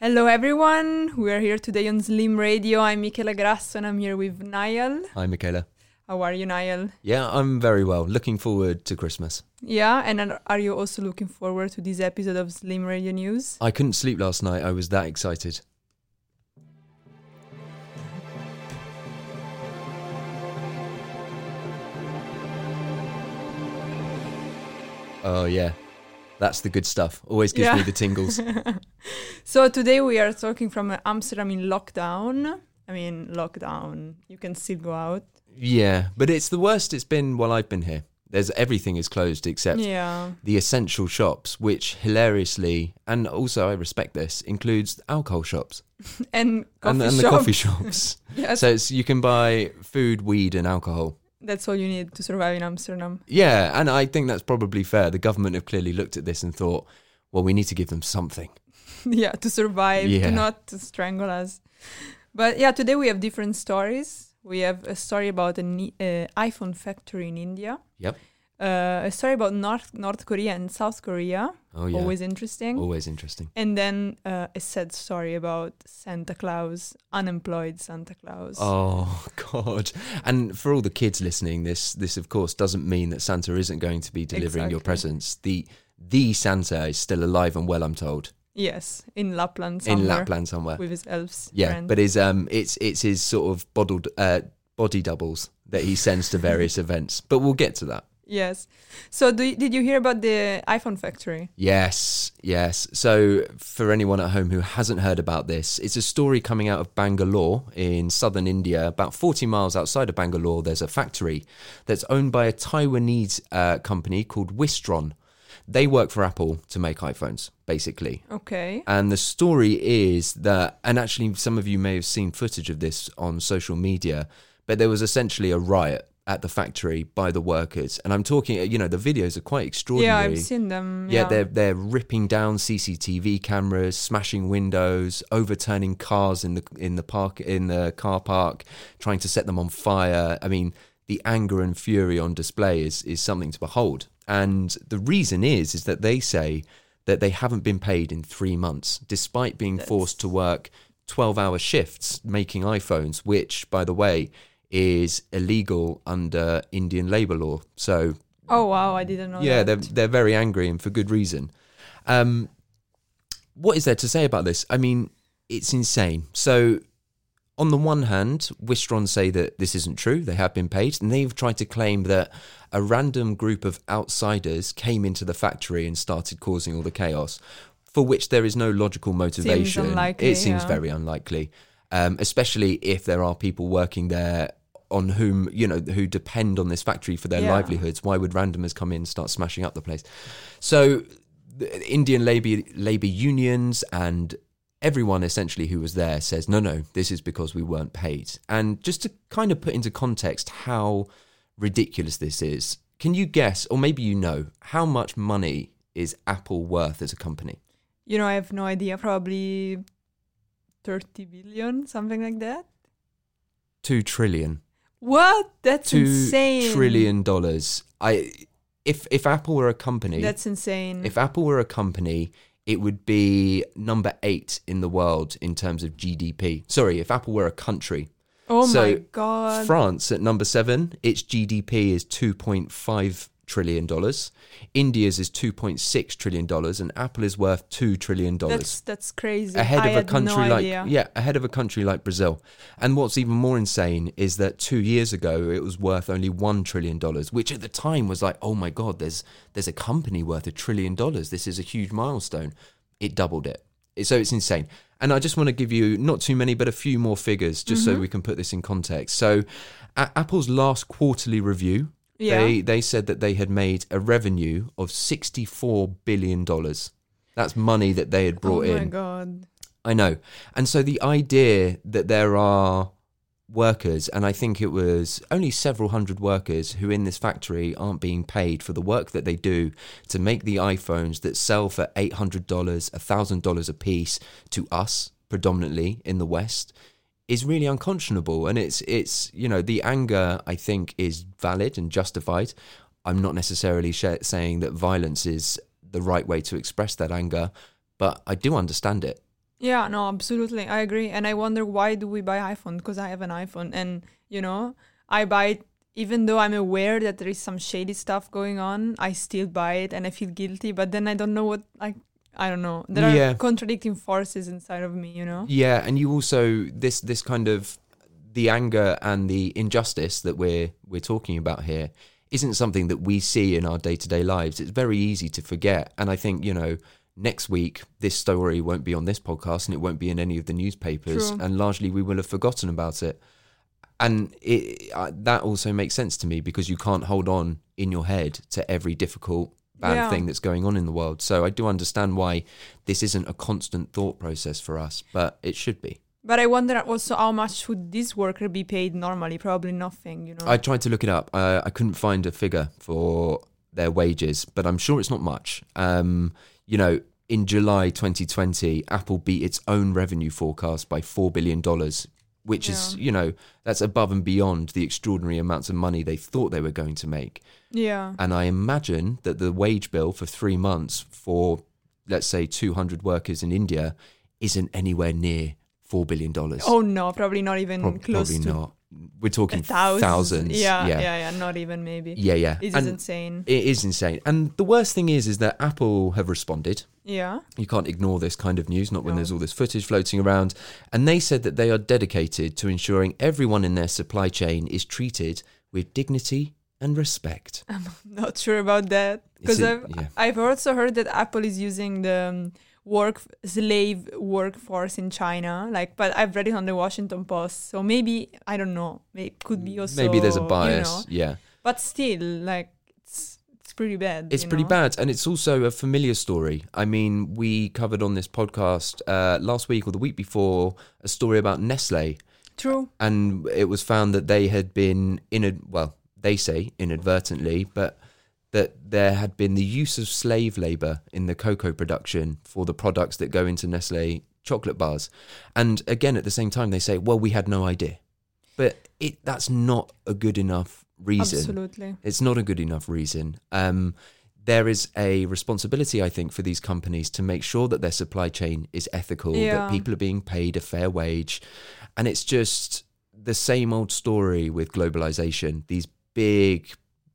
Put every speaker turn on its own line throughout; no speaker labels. Hello, everyone. We are here today on Slim Radio. I'm Michela Grasso and I'm here with Niall.
Hi, Michaela.
How are you, Niall?
Yeah, I'm very well. Looking forward to Christmas.
Yeah, and are- are you also looking forward to this episode of Slim Radio News?
I couldn't sleep last night. I was that excited. Oh, yeah. That's the good stuff. Always gives
Yeah.
me the tingles.
So, today we are talking from uh, Amsterdam in lockdown. I mean, lockdown. You can still go out.
yeah, but it's the worst it's been while I've been here. There's everything is closed except
Yeah.
the essential shops, which hilariously, and also I respect this, includes alcohol shops
And coffee
and, and the
shop.
coffee shops.
Yes,
So it's, you can buy food, weed, and alcohol.
that's all you need to survive in Amsterdam.
Yeah, and I think that's probably fair. The government have clearly looked at this and thought, well, we need to give them something.
yeah, to survive,
Yeah.
to not to strangle us. But yeah, today we have different stories. We have a story about an uh, iPhone factory in India.
Yep.
Uh, a story about North North Korea and South Korea.
Oh yeah, always,
Always interesting.
interesting.
And then uh, a sad story about Santa Claus, unemployed Santa Claus.
Oh god! And for all the kids listening, this this of course doesn't mean that Santa isn't going to be delivering your
Exactly.
presents. The the Santa is still alive and well, I'm told,
Yes, in Lapland somewhere.
in Lapland somewhere.
With his elves.
yeah,
friend.
but is um, it's it's his sort of bottled uh, body doubles that he sends to various events. But we'll get to that.
yes. So, do, did you hear about the iPhone factory?
Yes, yes. So, for anyone at home who hasn't heard about this, it's a story coming out of Bangalore in southern India. About 40 miles outside of Bangalore, there's a factory that's owned by a Taiwanese uh, company called Wistron. They work for Apple to make iPhones, basically.
Okay.
And the story is that, and actually, some of you may have seen footage of this on social media, but there was essentially a riot at the factory by the workers. And I'm talking, you know, the videos are quite extraordinary.
Yeah, I've seen them.
Yeah, they're they're ripping down CCTV cameras, smashing windows, overturning cars in the in the park in the car park, trying to set them on fire. I mean, the anger and fury on display is is something to behold. And the reason is is that they say that they haven't been paid in 3 months despite being forced to work 12-hour shifts making iPhones, which by the way is illegal under Indian labor law. So
Oh wow, I didn't know.
yeah,
that.
they're they're very angry and for good reason. Um, what is there to say about this? I mean, it's insane. So, on the one hand, Wistron say that this isn't true; they have been paid, and they've tried to claim that a random group of outsiders came into the factory and started causing all the chaos, for which there is no logical motivation.
unlikely,
it seems
yeah.
very unlikely, um, especially if there are people working there on whom you know who depend on this factory for their
Yeah.
livelihoods. Why would randomers come in and start smashing up the place? So the Indian labor labor unions and everyone essentially who was there says no no this is because we weren't paid and just to kind of put into context how ridiculous this is can you guess or maybe you know how much money is apple worth as a company
you know, I have no idea. Probably thirty billion, something like that.
2 trillion
What? That's
2
insane.
trillion dollars i if if apple were a company
That's insane.
If Apple were a company, it would be number eight in the world in terms of GDP. Sorry, if Apple were a country,
oh my
so
god.
France at number seven, its GDP is $2.5 trillion. India's is $2.6 trillion, and Apple is worth $2 trillion
that's that's crazy.
ahead
I
of a
had
country
no
like
idea.
yeah ahead of a country like Brazil. And what's even more insane is that 2 years ago it was worth only 1 trillion dollars, which at the time was like, "Oh my god, there's there's a company worth a trillion dollars. This is a huge milestone." It doubled it. It- So it's insane. And I just want to give you not too many but a few more figures just
Mm-hmm.
so we can put this in context. So a- Apple's last quarterly review
Yeah.
They they said that they had made a revenue of sixty four billion dollars. That's money that they had brought
oh my
in.
god.
I know. And so the idea that there are workers, and I think it was only several hundred workers who in this factory aren't being paid for the work that they do to make the iPhones that sell for $800, $1,000 a piece to us, predominantly in the West. Is really unconscionable, and it's it's you know the anger I think is valid and justified. I'm not necessarily sh- saying that violence is the right way to express that anger, but I do understand it
Yeah, no, absolutely. I agree. And I wonder why do we buy iPhone? Because I have an iPhone and, you know, I buy it even though I'm aware that there is some shady stuff going on, I still buy it and I feel guilty, but then I don't know what I I don't know. There
Yeah.
are contradicting forces inside of me, you know?
Yeah, and you also this this kind of the anger and the injustice that we're we're talking about here isn't something that we see in our day-to-day lives. It's very easy to forget, and I think, you know, next week this story won't be on this podcast and it won't be in any of the newspapers
True.
and largely we will have forgotten about it. And it, I that also makes sense to me because you can't hold on in your head to every difficult bad
Yeah.
thing that's going on in the world. So I do understand why this isn't a constant thought process for us, but it should be.
But I wonder also how much would this worker be paid normally? Probably nothing, you know.
I tried to look it up. Uh, I couldn't find a figure for their wages, but I'm sure it's not much. Um, you know, in July 2020, Apple beat its own revenue forecast by $4 billion, which is,
Yeah.
you know, that's above and beyond the extraordinary amounts of money they thought they were going to make.
yeah.
And I imagine that the wage bill for three months for, let's say, 200 workers in India isn't anywhere near $4 billion.
Oh no, probably not even
Prob-
close
probably
to
not. We're talking
a thousand.
thousands.
Yeah,
yeah,
yeah, yeah, Not even maybe.
yeah. yeah.
This
and
is insane.
it is insane. And the worst thing is, is that Apple have responded.
Yeah.
You can't ignore this kind of news, not when
No.
there's all this footage floating around. And they said that they are dedicated to ensuring everyone in their supply chain is treated with dignity and respect.
Not sure about that
It's
because
a-
I've
yeah.
I've also heard that Apple is using the um, work slave workforce in China. Like, but I've read it on the Washington Post, so maybe I don't know. It could be also
Maybe there's a
you
bias.
know.
Yeah.
but still, like it's it's pretty bad.
It's
you
pretty
know?
bad, and it's also a familiar story. I mean, we covered on this podcast uh, last week or the week before a story about Nestle,
True.
and it was found that they had been in a well, they say inadvertently, but that there had been the use of slave labor in the cocoa production for the products that go into Nestle chocolate bars. And again, at the same time, they say, "Well, we had no idea," but it that's not a good enough reason.
Absolutely.
It's not a good enough reason. Um, there is a responsibility, I think, for these companies to make sure that their supply chain is ethical, that
Yeah.
people are being paid a fair wage. And it's just the same old story with globalization. These big,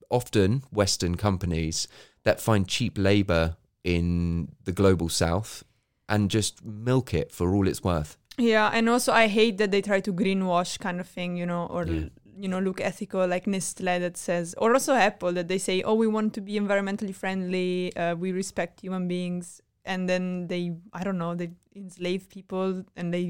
often Western companies that find cheap labor in the global south and just milk it for all it's worth.
Yeah, and also I hate that they try to greenwash kind of thing, you know, or
Yeah.
you know, look ethical like Nestle that says, or also Apple that they say, oh, we want to be environmentally friendly, uh, we respect human beings, and then they, I don't know, they enslave people and they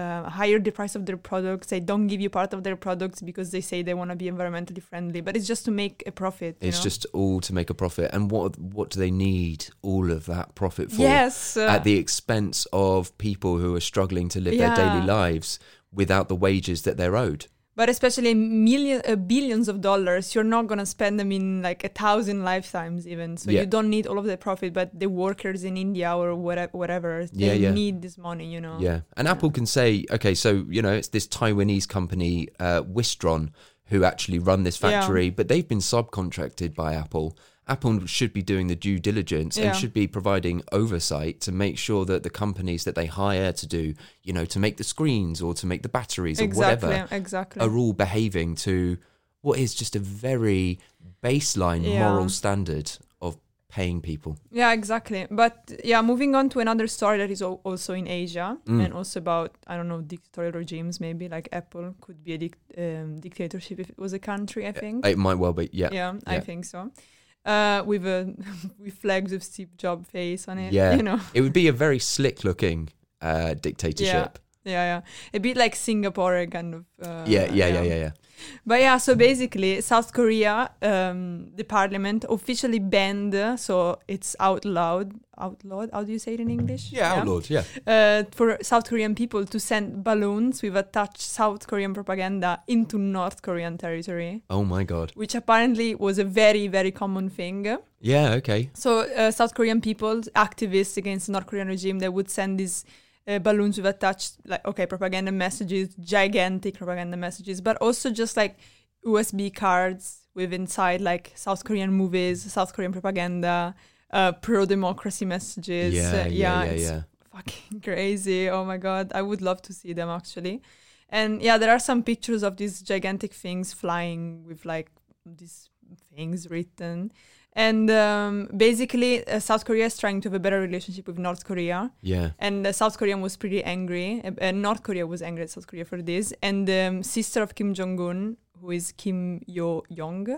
uh, higher the price of their products. They don't give you part of their products because they say they want to be environmentally friendly, but it's just to make a profit. you
It's
know?
just all to make a profit. And what what do they need all of that profit for?
yes, uh,
at the expense of people who are struggling to live their
Yeah.
daily lives without the wages that they're owed.
but especially million uh, billions of dollars you're not going to spend them in like a thousand lifetimes even so
Yeah.
you don't need all of the profit but the workers in india or whatever, whatever they
Yeah, yeah.
need this money you know
Yeah. And Apple can say, okay, so, you know, it's this Taiwanese company, uh, Wistron, who actually run this
Yeah.
factory, but they've been subcontracted by Apple. Apple should be doing the due diligence
Yeah.
and should be providing oversight to make sure that the companies that they hire to do, you know, to make the screens or to make the batteries or
exactly
whatever,
exactly
are all behaving to what is just a very baseline
Yeah. Mm-hmm.
moral standard of paying people.
yeah exactly but yeah moving on to another story that is al- also in asia
Mm.
and also about i don't know dictatorial regimes maybe like apple could be a dic- um, dictatorship if it was a country i think
It might well be, yeah.
yeah,
yeah.
I think so. Uh, with a with flags of Steve Jobs face on it,
Yeah.
you know,
It would be a very slick looking uh, dictatorship.
yeah, yeah, a bit like Singapore kind of. Uh,
Yeah. yeah, yeah, yeah, yeah, yeah.
But yeah, so basically, South Korea, um, the parliament officially banned, uh, so it's outlawed, outlawed. How do you say it in English?
yeah.
Uh, for South Korean people to send balloons with attached South Korean propaganda into North Korean territory,
Oh my god.
which apparently was a very, very common thing.
Yeah, okay.
So uh, South Korean people, activists against the North Korean regime, they would send these uh, balloons with attached, like okay, propaganda messages, gigantic propaganda messages, but also just like USB cards with inside like South Korean movies, South Korean propaganda, uh, pro democracy messages.
yeah,
uh,
yeah, yeah,
it's
yeah.
fucking crazy. Oh my god, I would love to see them actually. And yeah, there are some pictures of these gigantic things flying with like these things written. And um, basically, uh, South Korea is trying to have a better relationship with North Korea.
Yeah.
And uh, South Korea was pretty angry, uh, and North Korea was angry at South Korea for this. And the um, sister of Kim Jong Un, who is Kim Yo Young,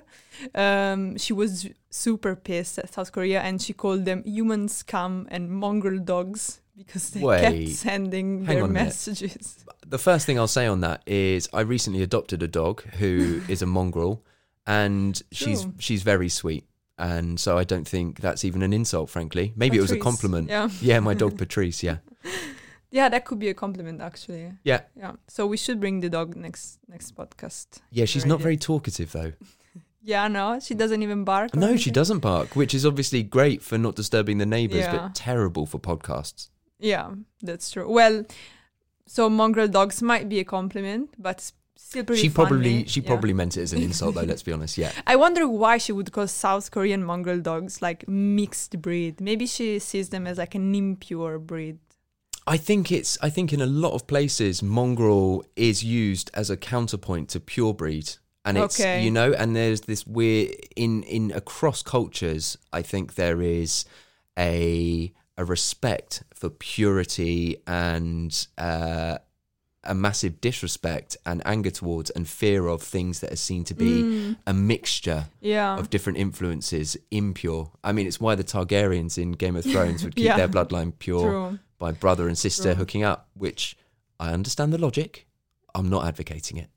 um, she was super pissed at South Korea, and she called them human scum and mongrel dogs because they
Wait.
kept sending
Hang
their
on a minute.
messages.
The first thing I'll say on that is I recently adopted a dog who is a mongrel and she's
True.
she's very sweet. And so I don't think that's even an insult, frankly. Maybe it was a
Patrice,
compliment.
Yeah,
yeah, my dog Patrice, yeah.
yeah, that could be a compliment actually.
Yeah.
yeah. So we should bring the dog next next podcast.
Yeah, she's
Very
not
good.
very talkative though.
Yeah, no, she doesn't even bark. or
No, she
anything.
doesn't bark, which is obviously great for not disturbing the neighbours,
Yeah.
but terrible for podcasts.
Yeah, that's true. Well, so mongrel dogs might be a compliment, but it's still pretty.
she probably
funny.
she
Yeah.
probably meant it as an insult though, let's be honest. Yeah.
I wonder why she would call South Korean mongrel dogs like mixed breed. Maybe she sees them as like an impure breed.
I think it's I think in a lot of places mongrel is used as a counterpoint to pure breed and it's
Okay.
you know and there's this weird in in across cultures I think there is a a respect for purity and uh a massive disrespect and anger towards and fear of things that are seen to be
Mm.
a mixture
Yeah.
of different influences impure. I mean, it's why the Targaryens in Game of Thrones would keep
Yeah.
their bloodline pure
True.
by brother and sister
True.
hooking up, which I understand the logic. I'm not advocating it.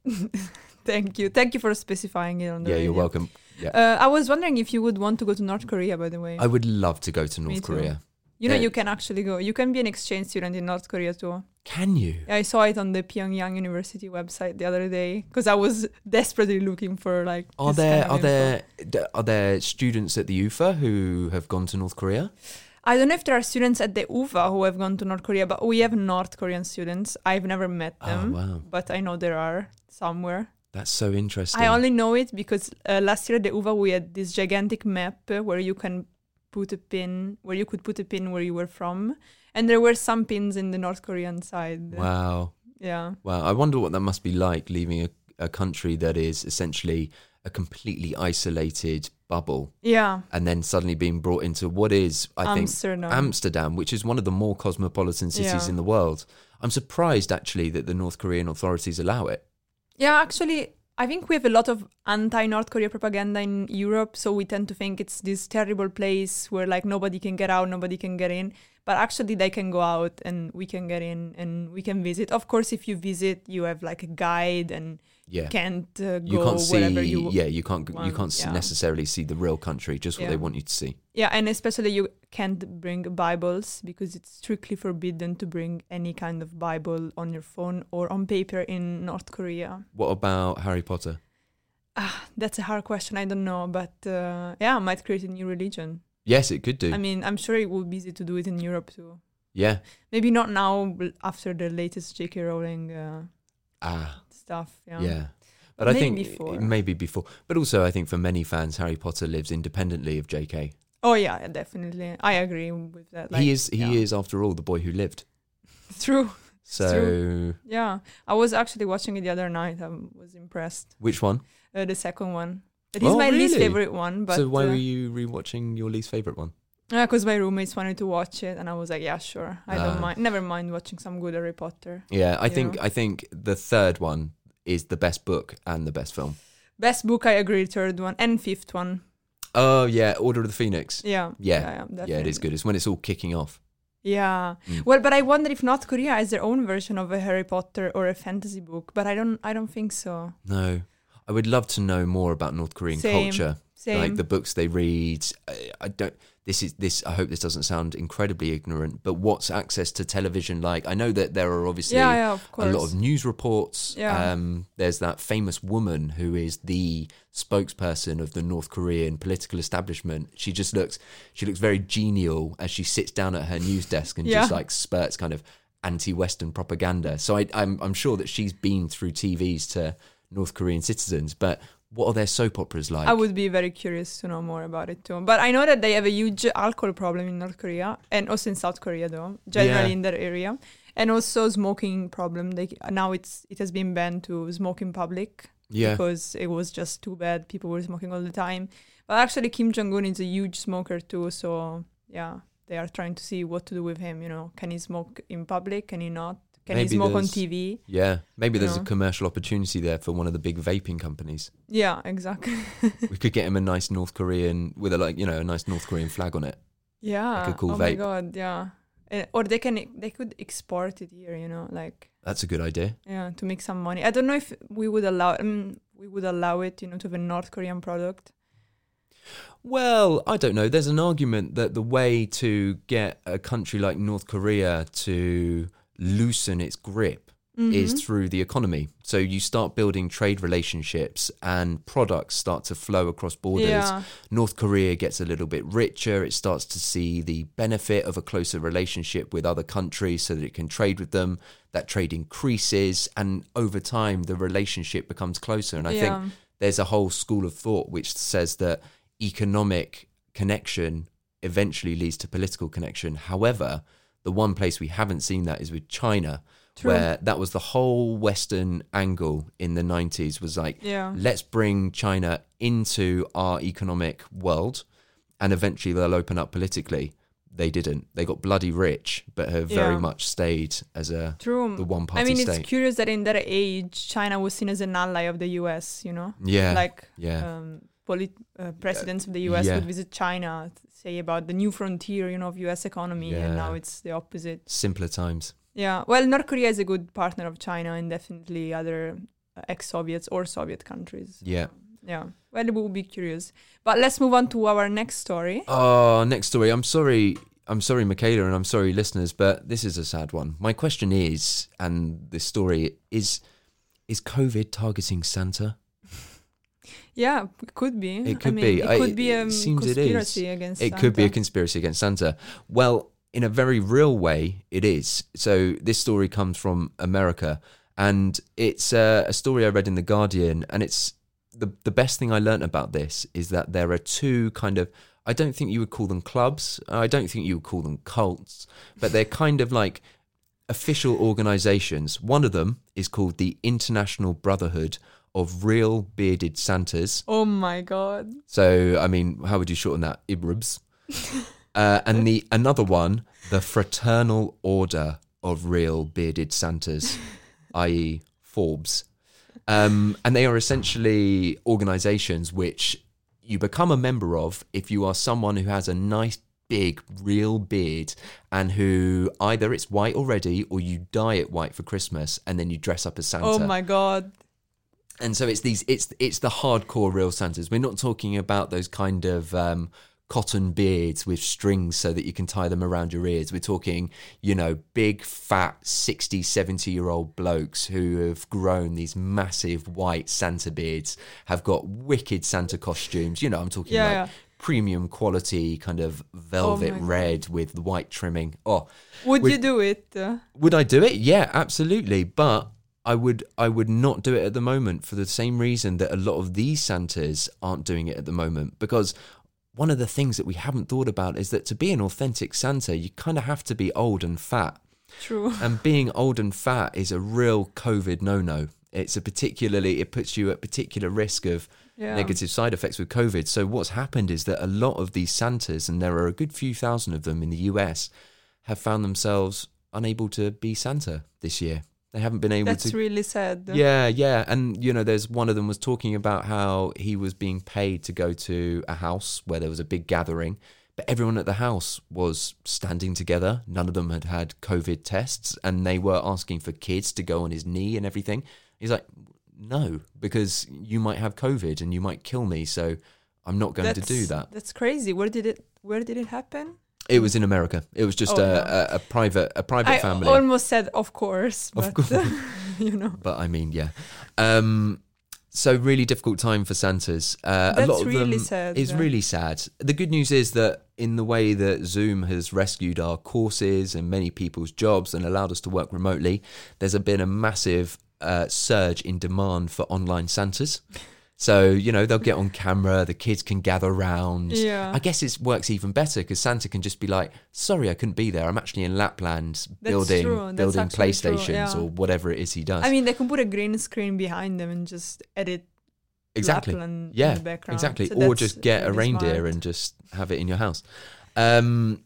Thank you. Thank you for specifying it on the
yeah, you're
radio.
welcome. Yeah.
Uh, I was wondering if you would want to go to North Korea, by the way.
I would love to go to
Me
North
too.
Korea.
you know,
yeah.
you can actually go. You can be an exchange student in North Korea too.
Can you?
I saw it on the Pyongyang University website the other day because I was desperately looking for like.
Are
this
there
kind
are
of info.
there d- are there students at the UFA who have gone to North Korea?
I don't know if there are students at the UVA who have gone to North Korea, but we have North Korean students. I've never met them,
Oh wow,
but I know there are somewhere.
that's so interesting.
I only know it because uh, last year at the UVA we had this gigantic map uh, where you can put a pin, where you could put a pin where you were from, and there were some pins in the North Korean side.
wow.
Yeah.
Wow, I wonder what that must be like leaving a, a country that is essentially a completely isolated bubble
Yeah.
and then suddenly being brought into what is, I think,
Amsterdam.
Amsterdam, which is one of the more cosmopolitan cities
Yeah.
in the world. I'm surprised actually that the North Korean authorities allow it.
Yeah, actually, I think we have a lot of anti-North Korea propaganda in Europe, so we tend to think it's this terrible place where like nobody can get out, nobody can get in. But actually, they can go out and we can get in and we can visit. Of course, if you visit, you have like a guide and
Yeah.
can't uh,
you
go
can't
wherever
see,
you.
yeah, you can't you
want,
can't s
yeah.
necessarily see the real country, just what
Yeah.
they want you to see.
Yeah, and especially you can't bring Bibles because it's strictly forbidden to bring any kind of Bible on your phone or on paper in North Korea.
What about Harry Potter?
Ah, that's a hard question. I don't know, but uh, yeah, I might create a new religion.
Yes, it could do.
I mean, I'm sure it would be easy to do it in Europe too.
yeah.
Maybe not now bl- after the latest J.K. Rowling uh,
Ah,
stuff. Yeah.
yeah. But, I
maybe
think
before.
maybe before. But also I think for many fans Harry Potter lives independently of JK.
Oh yeah, yeah, definitely. I agree with that. Like,
he is he
yeah.
is after all the boy who lived.
true.
So
Yeah, I was actually watching it the other night. I was impressed.
which one?
Uh, the second one. It is
Oh,
my least
really?
favorite one, but
so why
uh,
were you rewatching your least favorite one?
because my roommates wanted to watch it, and I was like, yeah, sure, I
Ah.
don't mind. Never mind watching some good Harry Potter.
Yeah, I
You
think
know?
I think the third one is the best book and the best film.
Best book, I agree. Third one and fifth one.
Oh yeah, Order of the Phoenix.
Yeah. yeah,
Yeah. Yeah, it is
definitely.
good. It's when it's all kicking off.
Yeah.
Mm.
Well, but I wonder if North Korea has their own version of a Harry Potter or a fantasy book, but I don't I don't think so.
No, I would love to know more about North Korean
Same,
culture,
Same.
like the books they read. I, I don't. This is this. I hope this doesn't sound incredibly ignorant, but what's access to television like? I know that there are obviously
yeah, yeah, of
a
course.
lot of news reports.
Yeah.
Um, there's that famous woman who is the spokesperson of the North Korean political establishment. She just looks she looks very genial as she sits down at her news desk and just
Yeah.
like spurts kind of anti-Western propaganda. So I, I'm I'm sure that she's been through TVs to North Korean citizens, but What are their soap operas like?
I would be very curious to know more about it too. But I know that they have a huge alcohol problem in North Korea and also in South Korea though, generally
Yeah.
in that area. And also smoking problem. They now it's it has been banned to smoke in public
yeah.
because it was just too bad. People were smoking all the time. But actually Kim Jong un is a huge smoker too, so yeah. They are trying to see what to do with him, you know. Can he smoke in public? Can he not? Can he
Maybe
smoke on
there's-
TV?
Yeah. Maybe there's
Yeah.
a commercial opportunity there for one of the big vaping companies.
Yeah, exactly.
we could get him a nice North Korean with a like, you know, a nice North Korean flag on it.
Yeah.
cool
oh my
vape.
god, yeah. Eh, or they can they could export it here, you know, like
That's a good idea.
yeah, to make some money. I don't know if we would allow um, we would allow it, you know, to have a North Korean product.
Well, I don't know. There's an argument that the way to get a country like North Korea to loosen its grip
Mm-hmm.
is through the economy. So you start building trade relationships and products start to flow across borders.
Yeah.
North Korea gets a little bit richer. It starts to see the benefit of a closer relationship with other countries so that it can trade with them. That trade increases, and over time, the relationship becomes closer. And I
Yeah.
think there's a whole school of thought which says that economic connection eventually leads to political connection. However, the one place we haven't seen that is with China,
True.
where that was the whole Western angle in the 90s was like,
Yeah.
let's bring China into our economic world and eventually they'll open up politically. They didn't. They got bloody rich, but have very
Yeah.
much stayed as a
True.
the one party
I mean,
state.
it's curious that in that age, China was seen as an ally of the U.S. You know,
yeah.
like
yeah.
um, polit- uh, presidents of the U.S.
yeah.
would visit China, say about the new frontier, you know, of U.S. economy,
Yeah.
and now it's the opposite.
Simpler times.
Yeah, well, North Korea is a good partner of China and definitely other uh, ex-Soviets or Soviet countries.
Yeah.
Yeah, well, we'll be curious. But let's move on to our next story.
Oh, next story. I'm sorry. I'm sorry, Michaela, and I'm sorry, listeners, but this is a sad one. My question is, and this story is: Is COVID targeting Santa?
Yeah, it could be.
It could
I mean,
be.
It
I-
could be
it
a um,
seems it is.
conspiracy against.
It could be a
Santa.
conspiracy against Santa. Well, in a very real way, it is. So this story comes from America, and it's uh, a story I read in the Guardian, and it's the the best thing I learnt about this is that there are two kind of I don't think you would call them clubs. I don't think you would call them cults, but they're kind of like official organizations. One of them is called the International Brotherhood of Real Bearded Santas.
oh my god!
So I mean, how would you shorten that? Ibribs. uh, and the another one, the Fraternal Order of Real Bearded Santas, i.e., Forbes. Um, and they are essentially organisations which you become a member of if you are someone who has a nice big real beard and who either it's white already or you dye it white for Christmas and then you dress up as Santa
Oh my god!
and so it's these it's it's the hardcore real santas we're not talking about those kind of um cotton beards with strings so that you can tie them around your ears we're talking you know big fat 60 70 year old blokes who have grown these massive white santa beards have got wicked santa costumes you know i'm talking
Yeah,
like
yeah.
premium quality kind of velvet
my God.
red with the white trimming oh
Would
We-
you do it? Uh,
would I do it? Yeah, absolutely. But I would I would not do it at the moment for the same reason that a lot of these Santas aren't doing it at the moment because one of the things that we haven't thought about is that to be an authentic Santa, you kind of have to be old and fat.
true.
And being old and fat is a real COVID no-no. It's a particularly it puts you at particular risk of
Yeah.
negative side effects with COVID. So what's happened is that a lot of these Santas, and there are a good few thousand of them in the US, have found themselves unable to be Santa this year. They haven't been able
That's
to.
really sad.
yeah, yeah, and you know, there's one of them was talking about how he was being paid to go to a house where there was a big gathering, but everyone at the house was standing together. None of them had had COVID tests, and they were asking for kids to go on his knee and everything. He's like, "No, because you might have COVID and you might kill me, so I'm not going to do
That's-
that."
That's crazy. Where did it? Where did it happen?
It was in America. It was just
Oh,
a,
yeah.
a, a private a private
I
family.
almost said, of course, but
Of course.
you know,
but I mean, yeah. Um, so really difficult time for Santas. Uh, a
That's
lot of
really
them
sad, uh,
is
yeah.
really sad. The good news is that in the way that Zoom has rescued our courses and many people's jobs and allowed us to work remotely, there's been a massive uh, surge in demand for online Santas. So, you know, they'll get on camera, the kids can gather round.
Yeah.
I guess it works even better because Santa can just be like, sorry, I couldn't be there. I'm actually in Lapland
That's
building
true. That's
building
actually true,
PlayStations
yeah.
or whatever it is he does.
I mean, they can put a green screen behind them and just edit
exactly.
Lapland
Yeah,
in the background.
Exactly.
So
or
that's
just get a
really
reindeer
smart.
and just have it in your house. Um,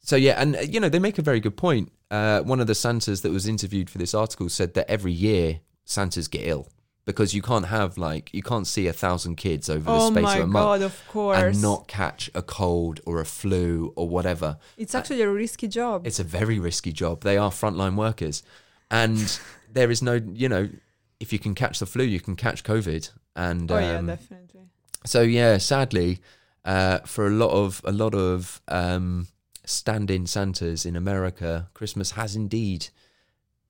so, yeah, and, uh, you know, they make a very good point. Uh, one of the Santas that was interviewed for this article said that every year Santas get ill because you can't have, like, you can't see a thousand kids over the
Oh
space
my
of a month.
god! Of course.
and not catch a cold or a flu or whatever.
it's actually a risky job.
uh, It's a very risky job. They are frontline workers. And there is no, you know, if you can catch the flu, you can catch COVID. And
oh yeah,
um,
definitely.
so yeah, sadly, uh, for a lot of a lot of um, stand-in Santas in America, Christmas has indeed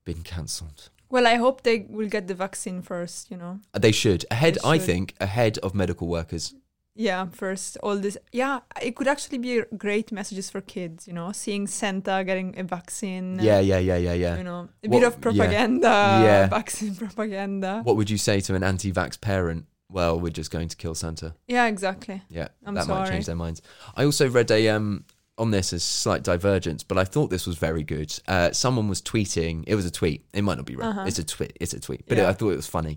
been cancelled. Uh,
Well, I hope they will get the vaccine first. You know.
They should ahead,
They
I
should.
think, ahead of medical workers.
Yeah, first all this. Yeah, it could actually be great messages for kids. You know, seeing Santa getting a vaccine.
Yeah, yeah, yeah, yeah, yeah.
You know, a
What-
bit of propaganda.
Yeah.
Vaccine propaganda.
What would you say to an anti-vax parent? Well, we're just going to kill Santa.
Yeah, exactly.
Yeah,
I'm
that might
sorry.
change their minds. I also read a um on this a slight divergence, but I thought this was very good. Uh, someone was tweeting. It was a tweet. It might not be right.
Uh-huh.
It's a tweet. It's a tweet. But
Yeah.
I thought it was funny.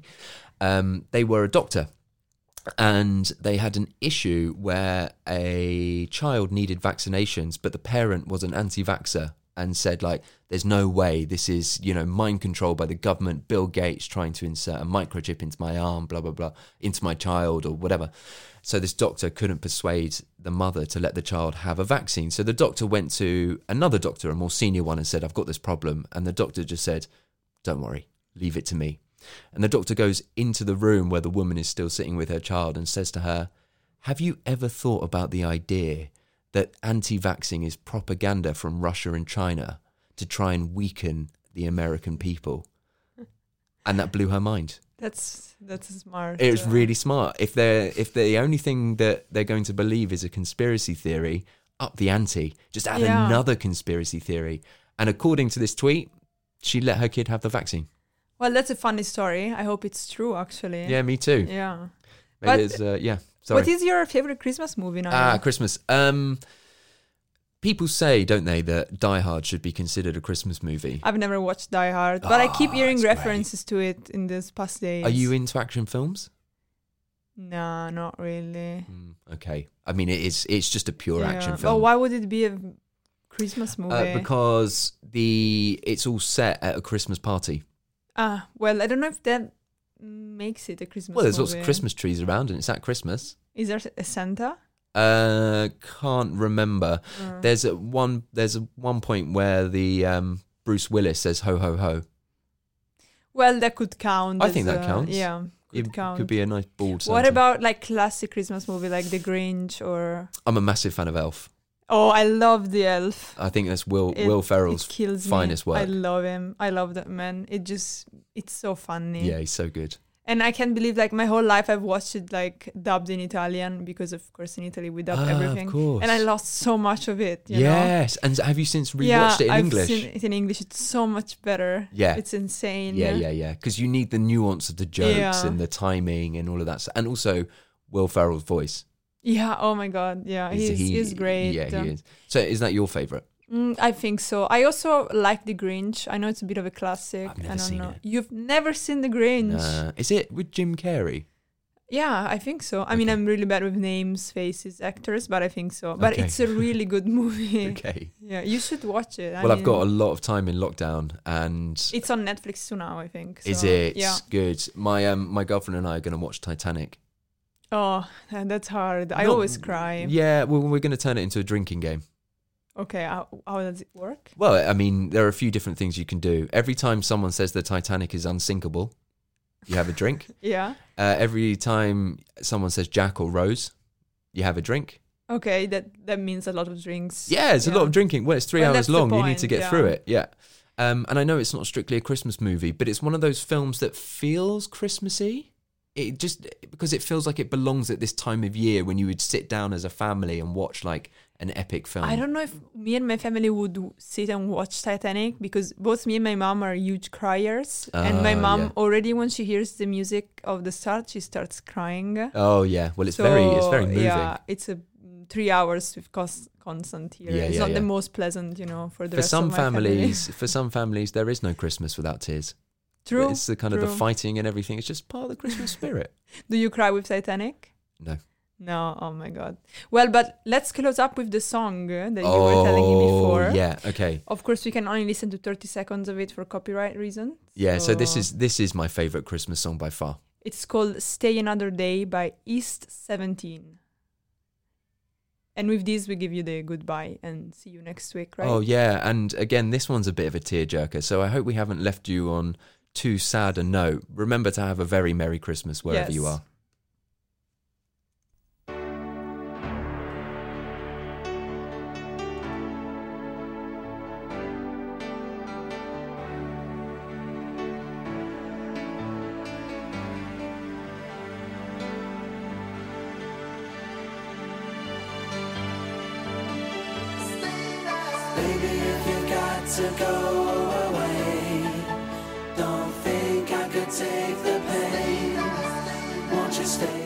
Um, they were a doctor, and they had an issue where a child needed vaccinations, but the parent was an anti-vaxer and said like there's no way this is you know mind control by the government bill gates trying to insert a microchip into my arm blah blah blah into my child or whatever so this doctor couldn't persuade the mother to let the child have a vaccine so the doctor went to another doctor a more senior one and said i've got this problem and the doctor just said don't worry leave it to me and the doctor goes into the room where the woman is still sitting with her child and says to her have you ever thought about the idea that anti vaxxing is propaganda from Russia and China to try and weaken the American people? And that blew her mind.
That's that's smart.
It was
uh,
really smart. If they're if the only thing that they're going to believe is a conspiracy theory, up the ante. Just add
Yeah.
another conspiracy theory. And according to this tweet, she let her kid have the vaccine.
Well, that's a funny story. I hope it's true, actually.
Yeah, me too.
Yeah. but-
Maybe it's uh, yeah. Sorry.
What is your favorite Christmas movie now?
Ah, Christmas. Um, people say, don't they, that Die Hard should be considered a Christmas movie?
I've never watched Die Hard, but I keep
Ah,
hearing
it's great.
references to it in this past days.
Are you into action films?
Nah, not really.
Mm, okay, I mean it is. It's just a pure
Yeah.
action
But
film.
why would it be a Christmas movie?
Uh, because the it's all set at a Christmas party.
ah, well, I don't know if that makes it a Christmas.
Well, there's
movie.
lots of Christmas trees around, and it's at Christmas.
Is there a Santa?
Uh, can't remember.
Uh,
There's a one. There's a one point where the um, Bruce Willis says "ho ho ho."
well, that could count.
I
as
think that
a-
counts.
Yeah, could
It
count.
could be a nice bald.
what
Santa.
about like classic Christmas movie like The Grinch or
I'm a massive fan of Elf.
Oh, I love The Elf.
I think that's Will
It-
Will
It
Ferrell's.
kills me.
finest work.
I love him. I love that man. It just it's so funny.
Yeah, he's so good.
And I can't believe like my whole life I've watched it like dubbed in Italian because of course in Italy we dub
Ah,
everything.
Of course.
And I lost so much of it, you know.
yes, and have you since rewatched it in
I've
English?
seen it in English. It's so much better.
Yeah.
It's insane.
Yeah, yeah, yeah. Because you need the nuance of the jokes
Yeah.
and the timing and all of that, stuff. and also Will Ferrell's voice.
Yeah, oh my god. Yeah. He's
he-
he's great. um,
Yeah, he is. So, is that your favorite?
Mm, I think so. I also like The Grinch. I know it's a bit of a classic.
I've never
I don't
seen
know.
it.
You've never seen The Grinch?
Uh, is it with Jim Carrey?
Yeah, I think so. I mean,
Okay.
I'm really bad with names, faces, actors, but I think so. But
Okay.
it's a really good movie.
Okay.
Yeah, you should watch it. I
well, I've got a
mean,
lot of time in lockdown, and
It's on Netflix too now, I think.
is
so,
it
Yeah.
good? My um, my girlfriend and I are going to watch Titanic.
Oh, that's hard. I
Not-
always cry.
Yeah, well, we're going to turn it into a drinking game.
Okay, how, how does it work?
Well, I mean, there are a few different things you can do. Every time someone says the Titanic is unsinkable, you have a drink.
Yeah.
Uh, every time someone says Jack or Rose, you have a drink.
Okay, that that means a lot of drinks.
Yeah, it's a lot of drinking. Well, it's three
Well,
hours
that's the
long. you need
point,
to get
yeah.
through it. Yeah. Um, and I know it's not strictly a Christmas movie, but it's one of those films that feels Christmassy. It just because it feels like it belongs at this time of year when you would sit down as a family and watch like an epic film.
I don't know if me and my family would w- sit and watch Titanic because both me and my mom are huge criers, and my
Ah,
mom
yeah.
already when she hears the music of the start, she starts crying.
Oh yeah, well it's very it's very
So,
moving.
Yeah, it's a mm, three hours with cost, constant tears.
Yeah,
it's
yeah,
not the
yeah.
most pleasant, you know, for the
For
rest
some
of my family.
families, for some families, there is no Christmas without tears.
True.
It's the kind of the
true.
fighting and everything. It's just part of the Christmas spirit.
Do you cry with Titanic?
No.
No, oh my god. Well, but let's close up with the song uh, that
oh
you were telling me before.
yeah, okay,
Of course, we can only listen to 30 seconds of it for copyright reasons.
yeah. So
Oh.
this is this is my favorite Christmas song by far.
It's called Stay Another Day by East 17. And with this, we give you the goodbye and see you next week, right?
Oh yeah, and again, this one's a bit of a tearjerker. So I hope we haven't left you on too sad a note. Remember to have a very merry Christmas wherever you
Yes.
are.
Baby, if you got to go away, don't think I could take the pain. Won't you stay?